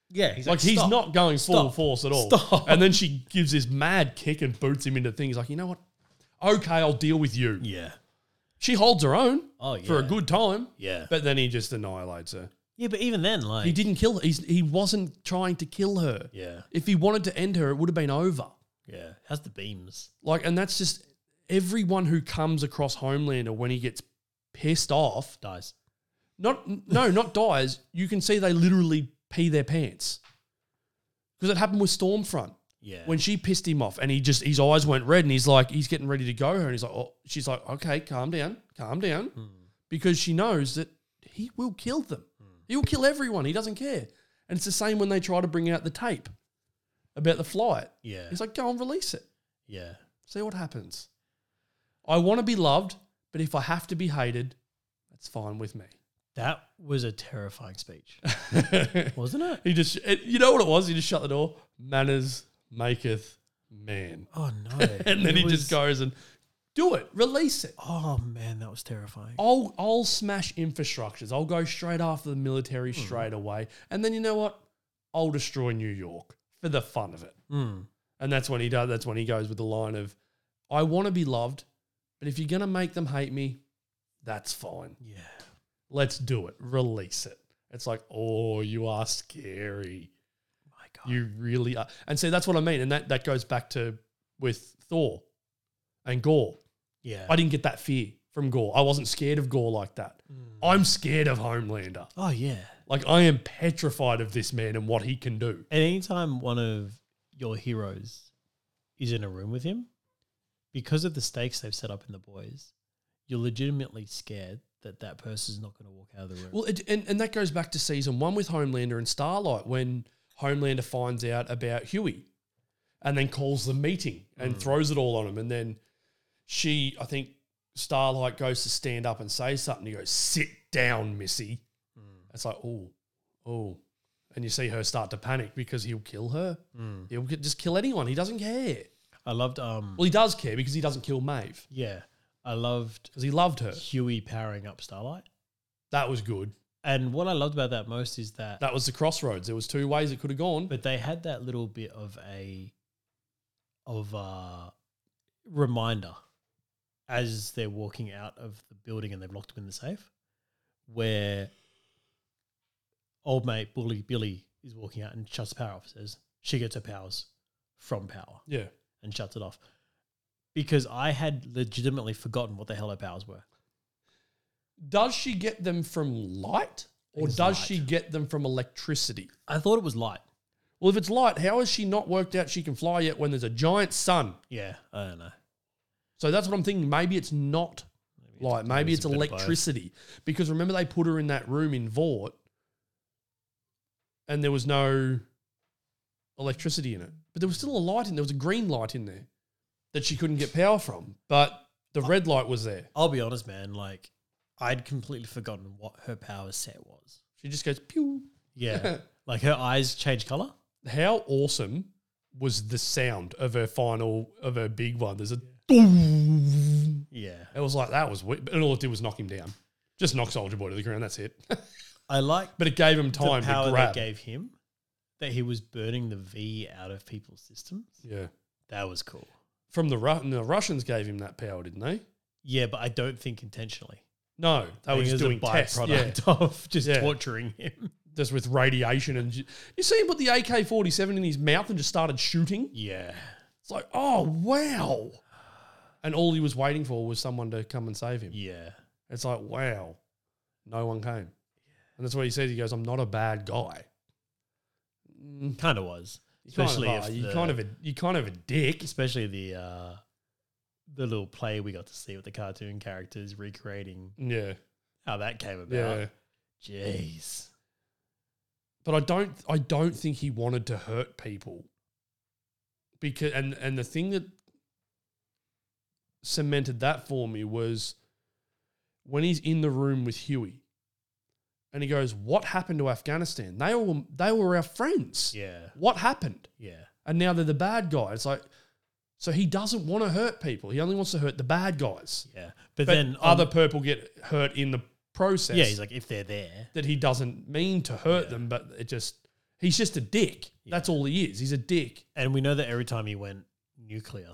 Speaker 1: Yeah, he's
Speaker 2: Like he's
Speaker 1: "Stop."
Speaker 2: not going full
Speaker 1: Stop.
Speaker 2: force at all.
Speaker 1: Stop.
Speaker 2: And then she gives this mad kick and boots him into things. Like you know what? Okay, I'll deal with you.
Speaker 1: Yeah.
Speaker 2: She holds her own
Speaker 1: Oh yeah.
Speaker 2: for a good time,
Speaker 1: Yeah.
Speaker 2: but then he just annihilates her.
Speaker 1: yeah, but even then, like,
Speaker 2: He didn't kill her. He's, he wasn't trying to kill her.
Speaker 1: yeah,
Speaker 2: If he wanted to end her, it would have been over.
Speaker 1: yeah. How's the beams?
Speaker 2: Like, and that's just everyone who comes across Homelander when he gets pissed off.
Speaker 1: Dies.
Speaker 2: Not
Speaker 1: <laughs>
Speaker 2: no, not dies. You can see they literally pee their pants because it happened with Stormfront
Speaker 1: Yeah.
Speaker 2: when she pissed him off, and he just his eyes went red, and he's like he's getting ready to go her, and he's like, oh, she's like, okay, calm down, calm down, because she knows that he will kill them. He will kill everyone. He doesn't care. And it's the same when they try to bring out the tape about the flight.
Speaker 1: yeah.
Speaker 2: He's like, go and release it.
Speaker 1: yeah.
Speaker 2: See what happens. I want to be loved, but if I have to be hated, that's fine with me. <laughs>
Speaker 1: That was a terrifying speech, wasn't it?
Speaker 2: he just, it, you know what it was? He just shut the door. Manners maketh man.
Speaker 1: Oh <laughs> no.
Speaker 2: <laughs> And then
Speaker 1: It
Speaker 2: he
Speaker 1: was-
Speaker 2: just goes and do it, release it.
Speaker 1: Oh man, that was terrifying.
Speaker 2: I'll I'll smash infrastructures. I'll go straight after the military
Speaker 1: Hmm.
Speaker 2: straight away. And then you know what? I'll destroy New York for the fun of it.
Speaker 1: Mm.
Speaker 2: And that's when he does that's when he goes with the line of I want to be loved, but if you're going to make them hate me, that's fine.
Speaker 1: Yeah.
Speaker 2: Let's do it. Release it. It's like, "Oh, you are scary.
Speaker 1: My God.
Speaker 2: You really are." And see, that's what I mean. And that that goes back to with Thor and Gore.
Speaker 1: yeah.
Speaker 2: I didn't get that fear from Gore. I wasn't scared of Gore like that. I'm scared of Homelander.
Speaker 1: oh yeah.
Speaker 2: Like I am petrified of this man and what he can do.
Speaker 1: And anytime one of your heroes is in a room with him, because of the stakes they've set up in the boys, you're legitimately scared that that person's not going to walk out of the room.
Speaker 2: Well, it, and, and that goes back to season one with Homelander and Starlight when Homelander finds out about Huey and then calls the meeting and throws it all on him. And then she, I think Starlight goes to stand Mm. up and say something. He goes, Sit down, Missy. It's like, Oh, oh, and you see her start to panic because he'll kill her. He'll get- just kill anyone. He doesn't care.
Speaker 1: I loved um
Speaker 2: Well, he does care because he doesn't kill Maeve
Speaker 1: yeah, I loved
Speaker 2: because he loved her.
Speaker 1: Huey powering up Starlight.
Speaker 2: That was good.
Speaker 1: And what I loved about that most is that,
Speaker 2: That was the crossroads. There was two ways it could have gone.
Speaker 1: but they had that little bit of a of a reminder as they're walking out of the building and they've locked them in the safe where old mate bully Billy is walking out and shuts the power off says she gets her powers from power
Speaker 2: yeah.
Speaker 1: and shuts it off because I had legitimately forgotten what the hell her powers were.
Speaker 2: Does she get them from light or
Speaker 1: It's
Speaker 2: does
Speaker 1: light.
Speaker 2: she get them from electricity?
Speaker 1: I thought it was light.
Speaker 2: Well, if it's light, how has she not worked out she can fly yet when there's a giant sun?
Speaker 1: Yeah, I don't know.
Speaker 2: So that's what I'm thinking. Maybe it's not light. Maybe it's
Speaker 1: a bit of both.
Speaker 2: electricity. Because remember, they put her in that room in Vort and there was no electricity in it. But there was still a light in there. was a green light in there that she couldn't get power from. But the red light was there.
Speaker 1: I'll be honest, man. Like, I'd completely forgotten what her power set was.
Speaker 2: She just goes, pew. <laughs>
Speaker 1: Yeah, like her eyes change color.
Speaker 2: how awesome was the sound of her final of her big one? There's a
Speaker 1: Yeah,
Speaker 2: it was like that was weird. and all it did was knock him down, just knock Soldier Boy to the ground. That's it. <laughs>
Speaker 1: I like
Speaker 2: but it gave him
Speaker 1: the
Speaker 2: time to
Speaker 1: power they
Speaker 2: grab.
Speaker 1: gave him. That he was burning the V out of people's systems.
Speaker 2: Yeah,
Speaker 1: That was cool.
Speaker 2: from the Ru- the Russians gave him that power, didn't they?
Speaker 1: Yeah, but I don't think intentionally.
Speaker 2: No, they
Speaker 1: I
Speaker 2: were
Speaker 1: think
Speaker 2: just
Speaker 1: it was
Speaker 2: doing tests. Yeah,
Speaker 1: byproduct <laughs> of just
Speaker 2: Yeah.
Speaker 1: torturing him.
Speaker 2: just with radiation and ju- you see him put the AK forty seven in his mouth and just started shooting.
Speaker 1: Yeah,
Speaker 2: It's like, oh wow, and all he was waiting for was someone to come and save him.
Speaker 1: yeah,
Speaker 2: It's like, wow, no one came. And that's what he says. He goes, I'm not a bad guy. Mm,
Speaker 1: kind of was.
Speaker 2: you
Speaker 1: Especially
Speaker 2: kind of
Speaker 1: if
Speaker 2: are. you
Speaker 1: the-
Speaker 2: kind of a you kind of a dick.
Speaker 1: Especially the uh, the little play we got to see with the cartoon characters recreating
Speaker 2: Yeah,
Speaker 1: how that came
Speaker 2: yeah.
Speaker 1: about. Jeez.
Speaker 2: But I don't I don't think he wanted to hurt people. Because and and the thing that cemented that for me was when he's in the room with Huey, and he goes, "What happened to Afghanistan? They all they were our friends.
Speaker 1: Yeah.
Speaker 2: What happened?"
Speaker 1: Yeah.
Speaker 2: and now they're the bad guy. It's like, so he doesn't want to hurt people. He only wants to hurt the bad guys.
Speaker 1: Yeah. But,
Speaker 2: But,
Speaker 1: then
Speaker 2: other
Speaker 1: other
Speaker 2: purple get hurt in the process.
Speaker 1: Yeah, he's like if they're there.
Speaker 2: that he doesn't mean to hurt
Speaker 1: Yeah.
Speaker 2: them, but it just he's just a dick. That's all he is. He's a dick.
Speaker 1: And we know that every time he went nuclear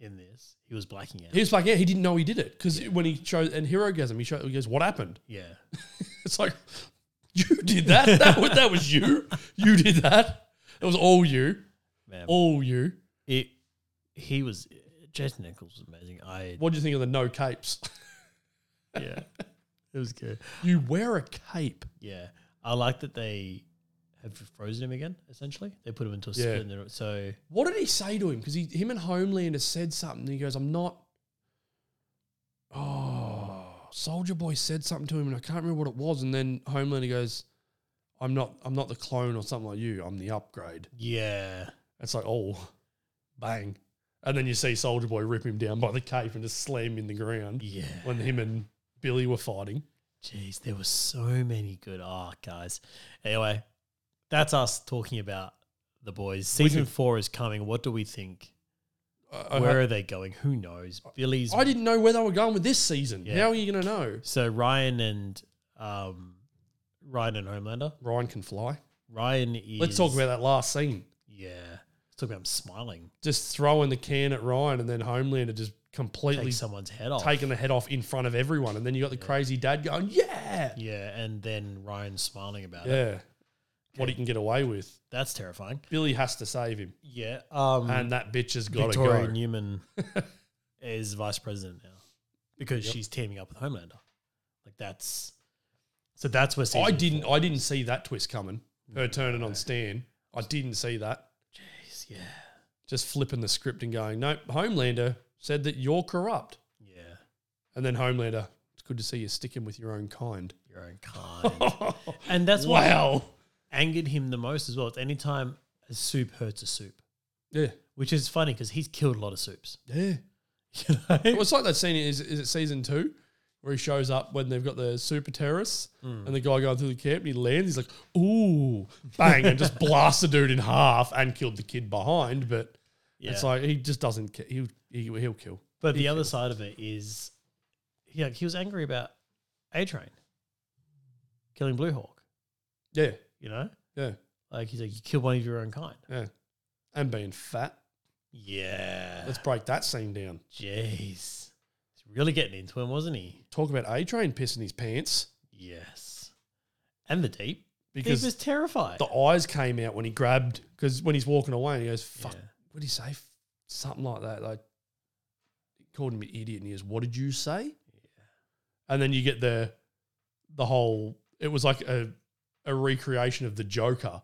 Speaker 1: in this, he was blacking out.
Speaker 2: He was like, yeah, he didn't know he did it because when he chose and hero gasm, he, showed, he goes, "What happened?"
Speaker 1: yeah.
Speaker 2: It's like <laughs> you did that. that was, that was you. You did that. It was all you.
Speaker 1: Man.
Speaker 2: All you.
Speaker 1: It he was Jason Nichols was amazing. I
Speaker 2: What do you think of the no capes? <laughs>
Speaker 1: yeah. It was good.
Speaker 2: you wear a cape.
Speaker 1: Yeah. I like that they have frozen him again, essentially. They put him into a
Speaker 2: Yeah.
Speaker 1: split in the, so
Speaker 2: What did he say to him? Because he, him and Homelander said something. he goes, "I'm not." Oh, Soldier Boy said something to him, and I can't remember what it was. And then Homelander goes, "I'm not. I'm not the clone or something like you. I'm the upgrade."
Speaker 1: yeah.
Speaker 2: It's like, oh, bang, and then you see Soldier Boy rip him down by the cape and just slam him in the ground
Speaker 1: Yeah.
Speaker 2: when him and Billy were fighting.
Speaker 1: Jeez, there were so many good art, guys. Anyway, that's us talking about the boys. Season
Speaker 2: could-
Speaker 1: four is coming. What do we think?
Speaker 2: I,
Speaker 1: Where
Speaker 2: I,
Speaker 1: are they going? Who knows? Billy's.
Speaker 2: I didn't know where they were going with this season.
Speaker 1: Yeah.
Speaker 2: How are you going to know?
Speaker 1: so Ryan and um, Ryan and Homelander.
Speaker 2: Ryan can fly.
Speaker 1: Ryan is.
Speaker 2: Let's talk about that last scene.
Speaker 1: Yeah, let's talk about him smiling,
Speaker 2: just throwing the can at Ryan and then Homelander just completely
Speaker 1: take someone's head off.
Speaker 2: taking the head off in front of everyone. And then you got the crazy dad going, yeah,
Speaker 1: yeah, and then Ryan smiling about it.
Speaker 2: yeah, what he can get away with.
Speaker 1: That's terrifying.
Speaker 2: Billy has to save him.
Speaker 1: Yeah. Um,
Speaker 2: And that bitch has got to
Speaker 1: Victoria
Speaker 2: go. <laughs>
Speaker 1: Newman is vice president now because she's teaming up with Homelander. Like that's so that's where season
Speaker 2: I didn't,
Speaker 1: four-
Speaker 2: I didn't see that twist coming. Her turning on Stan. I didn't see that.
Speaker 1: Jeez, yeah,
Speaker 2: Just flipping the script and going, nope, Homelander said that you're corrupt.
Speaker 1: yeah,
Speaker 2: And then Homelander, it's good to see you sticking with your own kind. <laughs>
Speaker 1: your own kind, and that's what
Speaker 2: wow.
Speaker 1: angered him the most as well. It's anytime a soup hurts a soup,
Speaker 2: Yeah.
Speaker 1: which is funny because he's killed a lot of soups. <laughs>
Speaker 2: Yeah.
Speaker 1: You know?
Speaker 2: Well, it's like that scene. Is is it season two? where he shows up when they've got the super terrorists
Speaker 1: Hmm.
Speaker 2: and the guy going through the camp and he lands. He's like, ooh, bang, and just blasts the dude in half and killed the kid behind. But
Speaker 1: Yeah.
Speaker 2: it's like he just doesn't. ca- He'll he, he'll kill.
Speaker 1: But the other side of it is, he, like, he was angry about A Train killing Blue Hawk.
Speaker 2: Yeah,
Speaker 1: You know,
Speaker 2: yeah,
Speaker 1: like he's like, you killed one of your own kind.
Speaker 2: yeah. And being fat.
Speaker 1: Yeah.
Speaker 2: Let's break that scene down.
Speaker 1: Jeez, he's really getting into him, wasn't he?
Speaker 2: Talk about A Train pissing his pants
Speaker 1: Yes. And the deep,
Speaker 2: because
Speaker 1: he was terrified.
Speaker 2: the eyes came out when he grabbed. Because when he's walking away, and he goes, "Fuck,"
Speaker 1: Yeah.
Speaker 2: what did he say? Something like that. Like he called him an idiot, and he goes, "What did you say?" And then you get the the whole. It was like a a recreation of the Joker.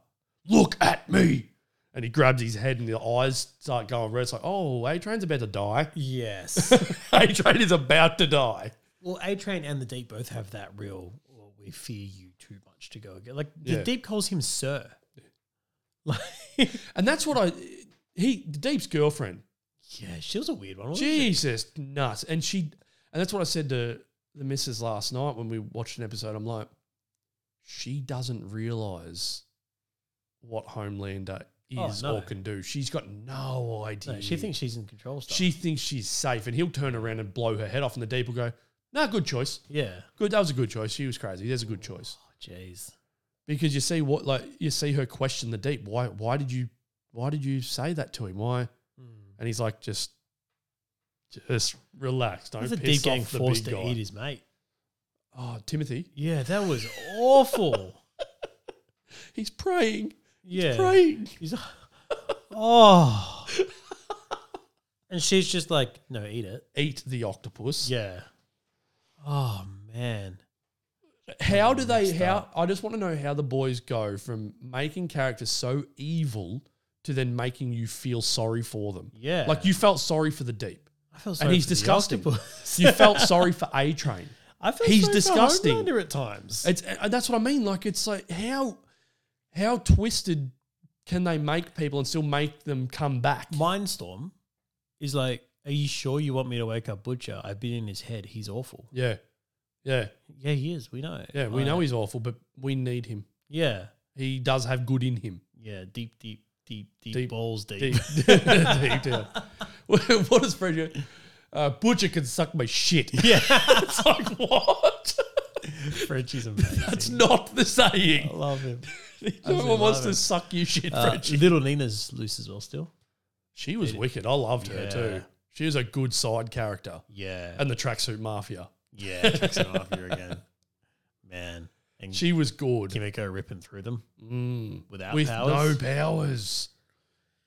Speaker 2: Look at me. And he grabs his head and the eyes start going red. It's like, oh, A Train's about to die. <laughs>
Speaker 1: Yes. <laughs>
Speaker 2: A Train is about to die.
Speaker 1: well, A Train and the Deep both have that real, well, we fear you too much to go again. Like,
Speaker 2: Yeah.
Speaker 1: the Deep calls him Sir. <laughs> Like,
Speaker 2: And that's what I he the Deep's girlfriend.
Speaker 1: yeah, she was a weird one. wasn't she?
Speaker 2: Jesus nuts. And she and that's what I said to the missus last night when we watched an episode. I'm like, she doesn't realise what Homelander
Speaker 1: Oh,
Speaker 2: is
Speaker 1: no.
Speaker 2: or can do. She's got no idea.
Speaker 1: No, she thinks she's in control of stuff.
Speaker 2: she thinks she's safe and he'll turn around and blow her head off and the deep will go, nah, good choice.
Speaker 1: yeah.
Speaker 2: Good that was a good choice. She was crazy. That's a good choice.
Speaker 1: Oh, jeez.
Speaker 2: Because you see what like you see her question the deep. Why why did you why did you say that to him? Why
Speaker 1: Hmm.
Speaker 2: and he's like, just, just relax. Don't
Speaker 1: That's a
Speaker 2: piss
Speaker 1: deep getting
Speaker 2: off the
Speaker 1: forced
Speaker 2: big
Speaker 1: to
Speaker 2: guy.
Speaker 1: eat his mate.
Speaker 2: Oh, Timothy,
Speaker 1: Yeah, that was
Speaker 2: <laughs>
Speaker 1: awful.
Speaker 2: he's praying,
Speaker 1: yeah.
Speaker 2: praying.
Speaker 1: He's <laughs> oh. and she's just like, no, eat it.
Speaker 2: Eat the octopus.
Speaker 1: Yeah. Oh man.
Speaker 2: How do they?
Speaker 1: Messed
Speaker 2: How I just want to know how the boys go from making characters so evil to then making you feel sorry for them.
Speaker 1: Yeah.
Speaker 2: Like you felt sorry for the deep.
Speaker 1: I feel
Speaker 2: and
Speaker 1: sorry
Speaker 2: he's
Speaker 1: for the
Speaker 2: disgusting.
Speaker 1: octopus.
Speaker 2: You felt sorry for A Train.
Speaker 1: <laughs> I feel
Speaker 2: he's
Speaker 1: sorry for
Speaker 2: disgusting.
Speaker 1: Homelander at times.
Speaker 2: It's and that's what I mean. Like it's like how how twisted can they make people and still make them come back?
Speaker 1: Mindstorm is like, are you sure you want me to wake up Butcher? I've been in his head. He's awful.
Speaker 2: Yeah. Yeah.
Speaker 1: Yeah, he is. We know.
Speaker 2: Yeah. We
Speaker 1: Like,
Speaker 2: know he's awful, but we need him.
Speaker 1: Yeah.
Speaker 2: He does have good in him.
Speaker 1: Yeah. Deep, deep, deep, deep,
Speaker 2: Deep-
Speaker 1: balls deep.
Speaker 2: <laughs> Deep, <laughs> deep down. <laughs> what is Fred? Uh, Butcher can suck my shit.
Speaker 1: <laughs>
Speaker 2: <laughs>
Speaker 1: Yeah.
Speaker 2: it's like, what?
Speaker 1: <laughs> Frenchie's amazing.
Speaker 2: That's not the
Speaker 1: I
Speaker 2: saying.
Speaker 1: love <laughs> him.
Speaker 2: No one wants
Speaker 1: love
Speaker 2: to
Speaker 1: it.
Speaker 2: suck you shit,
Speaker 1: Uh,
Speaker 2: Frenchie.
Speaker 1: little Nina's loose as well still.
Speaker 2: She was wicked. I loved her
Speaker 1: Yeah.
Speaker 2: too. She was a good side character.
Speaker 1: Yeah.
Speaker 2: And the tracksuit mafia.
Speaker 1: <laughs> yeah. Tricks it off you again. Man. And
Speaker 2: She was good.
Speaker 1: Kimiko ripping through them
Speaker 2: Mm.
Speaker 1: without
Speaker 2: With
Speaker 1: powers.
Speaker 2: no powers.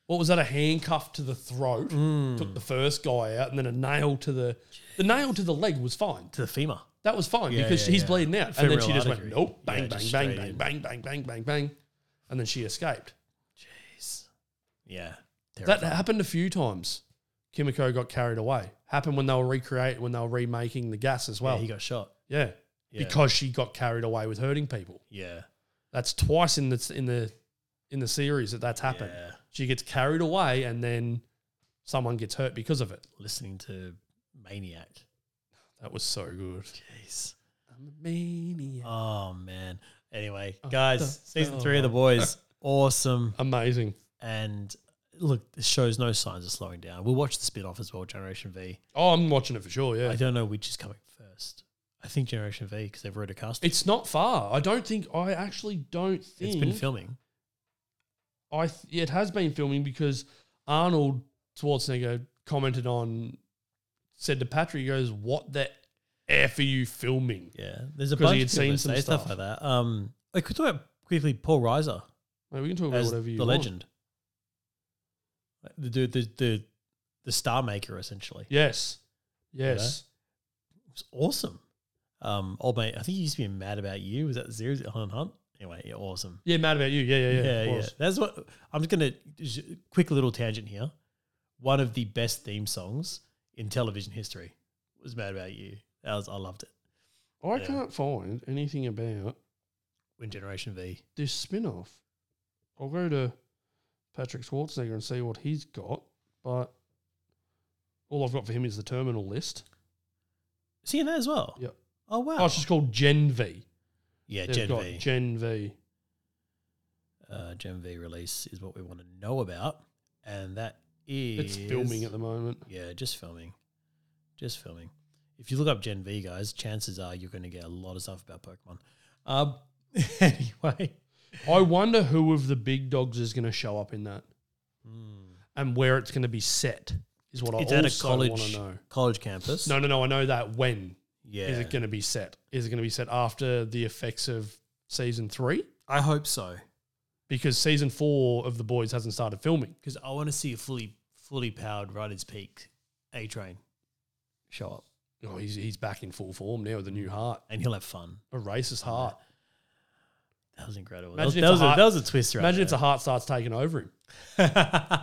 Speaker 2: What was that? A handcuff to the throat.
Speaker 1: Hmm.
Speaker 2: Took the first guy out, and then a nail to the the nail to the leg was fine.
Speaker 1: to the femur.
Speaker 2: That was fine
Speaker 1: Yeah,
Speaker 2: because
Speaker 1: yeah,
Speaker 2: he's
Speaker 1: yeah.
Speaker 2: bleeding out. and then
Speaker 1: Femoral
Speaker 2: she just went,
Speaker 1: artery.
Speaker 2: nope,
Speaker 1: Yeah,
Speaker 2: bang, bang,
Speaker 1: just
Speaker 2: bang,
Speaker 1: straight
Speaker 2: bang,
Speaker 1: in.
Speaker 2: bang, bang, bang, bang, bang. And then she escaped.
Speaker 1: Jeez. Yeah.
Speaker 2: That
Speaker 1: Terrifying.
Speaker 2: happened a few times. Kimiko got carried away. Happened when they were recreating, when they were remaking the gas as well.
Speaker 1: yeah,
Speaker 2: Yeah.
Speaker 1: he got shot. Yeah.
Speaker 2: Because she got carried away with hurting people.
Speaker 1: yeah.
Speaker 2: That's twice in the in the in the series that that's happened.
Speaker 1: Yeah.
Speaker 2: She gets carried away and then someone gets hurt because of it.
Speaker 1: Listening to Maniac.
Speaker 2: That was so good.
Speaker 1: Jeez.
Speaker 2: I'm a maniac.
Speaker 1: Oh man. Anyway,
Speaker 2: Oh,
Speaker 1: guys,
Speaker 2: the-
Speaker 1: season three of the oh. boys. Awesome.
Speaker 2: Amazing.
Speaker 1: And look, this shows no signs of slowing down. We'll watch the spin-off as well, Generation V.
Speaker 2: Oh, I'm watching it for sure. Yeah.
Speaker 1: I don't know which is coming first. I think Generation V because they've already cast it.
Speaker 2: It's not far. I don't think. I actually don't think.
Speaker 1: It's been filming.
Speaker 2: I th- it has been filming because Arnold Schwarzenegger commented on, said to Patrick, he goes, "What the f are you filming?"
Speaker 1: Yeah, there's a
Speaker 2: 'Cause
Speaker 1: bunch
Speaker 2: he
Speaker 1: of
Speaker 2: had seen
Speaker 1: people that
Speaker 2: some
Speaker 1: say stuff.
Speaker 2: stuff.
Speaker 1: like that. Um, I could talk about quickly Paul Reiser
Speaker 2: Mate, we can talk about
Speaker 1: as the
Speaker 2: whatever you want.
Speaker 1: legend, Like, the dude, the the the star maker essentially.
Speaker 2: Yes, yes.
Speaker 1: It was awesome. Um, old mate, I think he used to be in mad about you. Was that zero Hunt and Hunt? Anyway, yeah, awesome.
Speaker 2: Yeah, mad about you. Yeah, yeah, yeah.
Speaker 1: yeah,
Speaker 2: it
Speaker 1: yeah.
Speaker 2: was.
Speaker 1: That's what I'm just gonna just quick little tangent here. One of the best theme songs in television history was "Mad About You." That was I loved it.
Speaker 2: I
Speaker 1: Yeah.
Speaker 2: can't find anything about
Speaker 1: When Generation V,
Speaker 2: this spin-off. I'll go to Patrick Schwarzenegger and see what he's got, but all I've got for him is the terminal list.
Speaker 1: See in that as well.
Speaker 2: Yep.
Speaker 1: Oh wow.
Speaker 2: Oh, it's just called Gen V.
Speaker 1: yeah,
Speaker 2: They've
Speaker 1: Gen
Speaker 2: got
Speaker 1: V.
Speaker 2: Gen V.
Speaker 1: uh, Gen V release is what we want to know about, and that is
Speaker 2: It's filming at the moment.
Speaker 1: yeah, just filming, just filming. If you look up Gen V, guys, chances are you're going to get a lot of stuff about Pokemon. Um, <laughs> anyway,
Speaker 2: I wonder who of the big dogs is going to show up in that Hmm. and where it's going to be set is what
Speaker 1: it's
Speaker 2: I
Speaker 1: at a
Speaker 2: also want
Speaker 1: college
Speaker 2: to know.
Speaker 1: college campus.
Speaker 2: No, no, no. I know that. When
Speaker 1: yeah,
Speaker 2: is it going to be set? Is it going to be set after the effects of season three?
Speaker 1: I hope so
Speaker 2: Because season four of The Boys hasn't started filming.
Speaker 1: because I want to see a fully fully powered Riders Peak A train show up,
Speaker 2: Oh, he's, he's back in full form now with a new heart,
Speaker 1: and he'll have fun.
Speaker 2: a racist heart.
Speaker 1: That was incredible. That was,
Speaker 2: Imagine
Speaker 1: that,
Speaker 2: if
Speaker 1: was
Speaker 2: the
Speaker 1: a,
Speaker 2: heart-
Speaker 1: that was a twist, right?
Speaker 2: Imagine
Speaker 1: there.
Speaker 2: if the heart starts taking over him.
Speaker 1: <laughs> what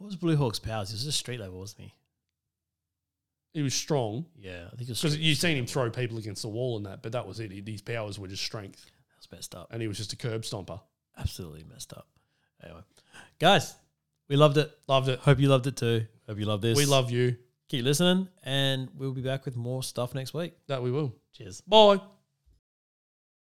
Speaker 1: was Blue Hawk's powers? He was just street level, wasn't he?
Speaker 2: He was strong
Speaker 1: Yeah, I think it was
Speaker 2: because
Speaker 1: street-
Speaker 2: you've seen him throw people against the wall and that, but that was it. He, these powers were just strength,
Speaker 1: that was messed up.
Speaker 2: and he was just a curb stomper.
Speaker 1: Absolutely messed up. Anyway, guys, we loved it.
Speaker 2: Loved it.
Speaker 1: Hope you loved it too. Hope you love this.
Speaker 2: We love you.
Speaker 1: Keep listening, and we'll be back with more stuff next week.
Speaker 2: That we will.
Speaker 1: Cheers.
Speaker 2: Bye.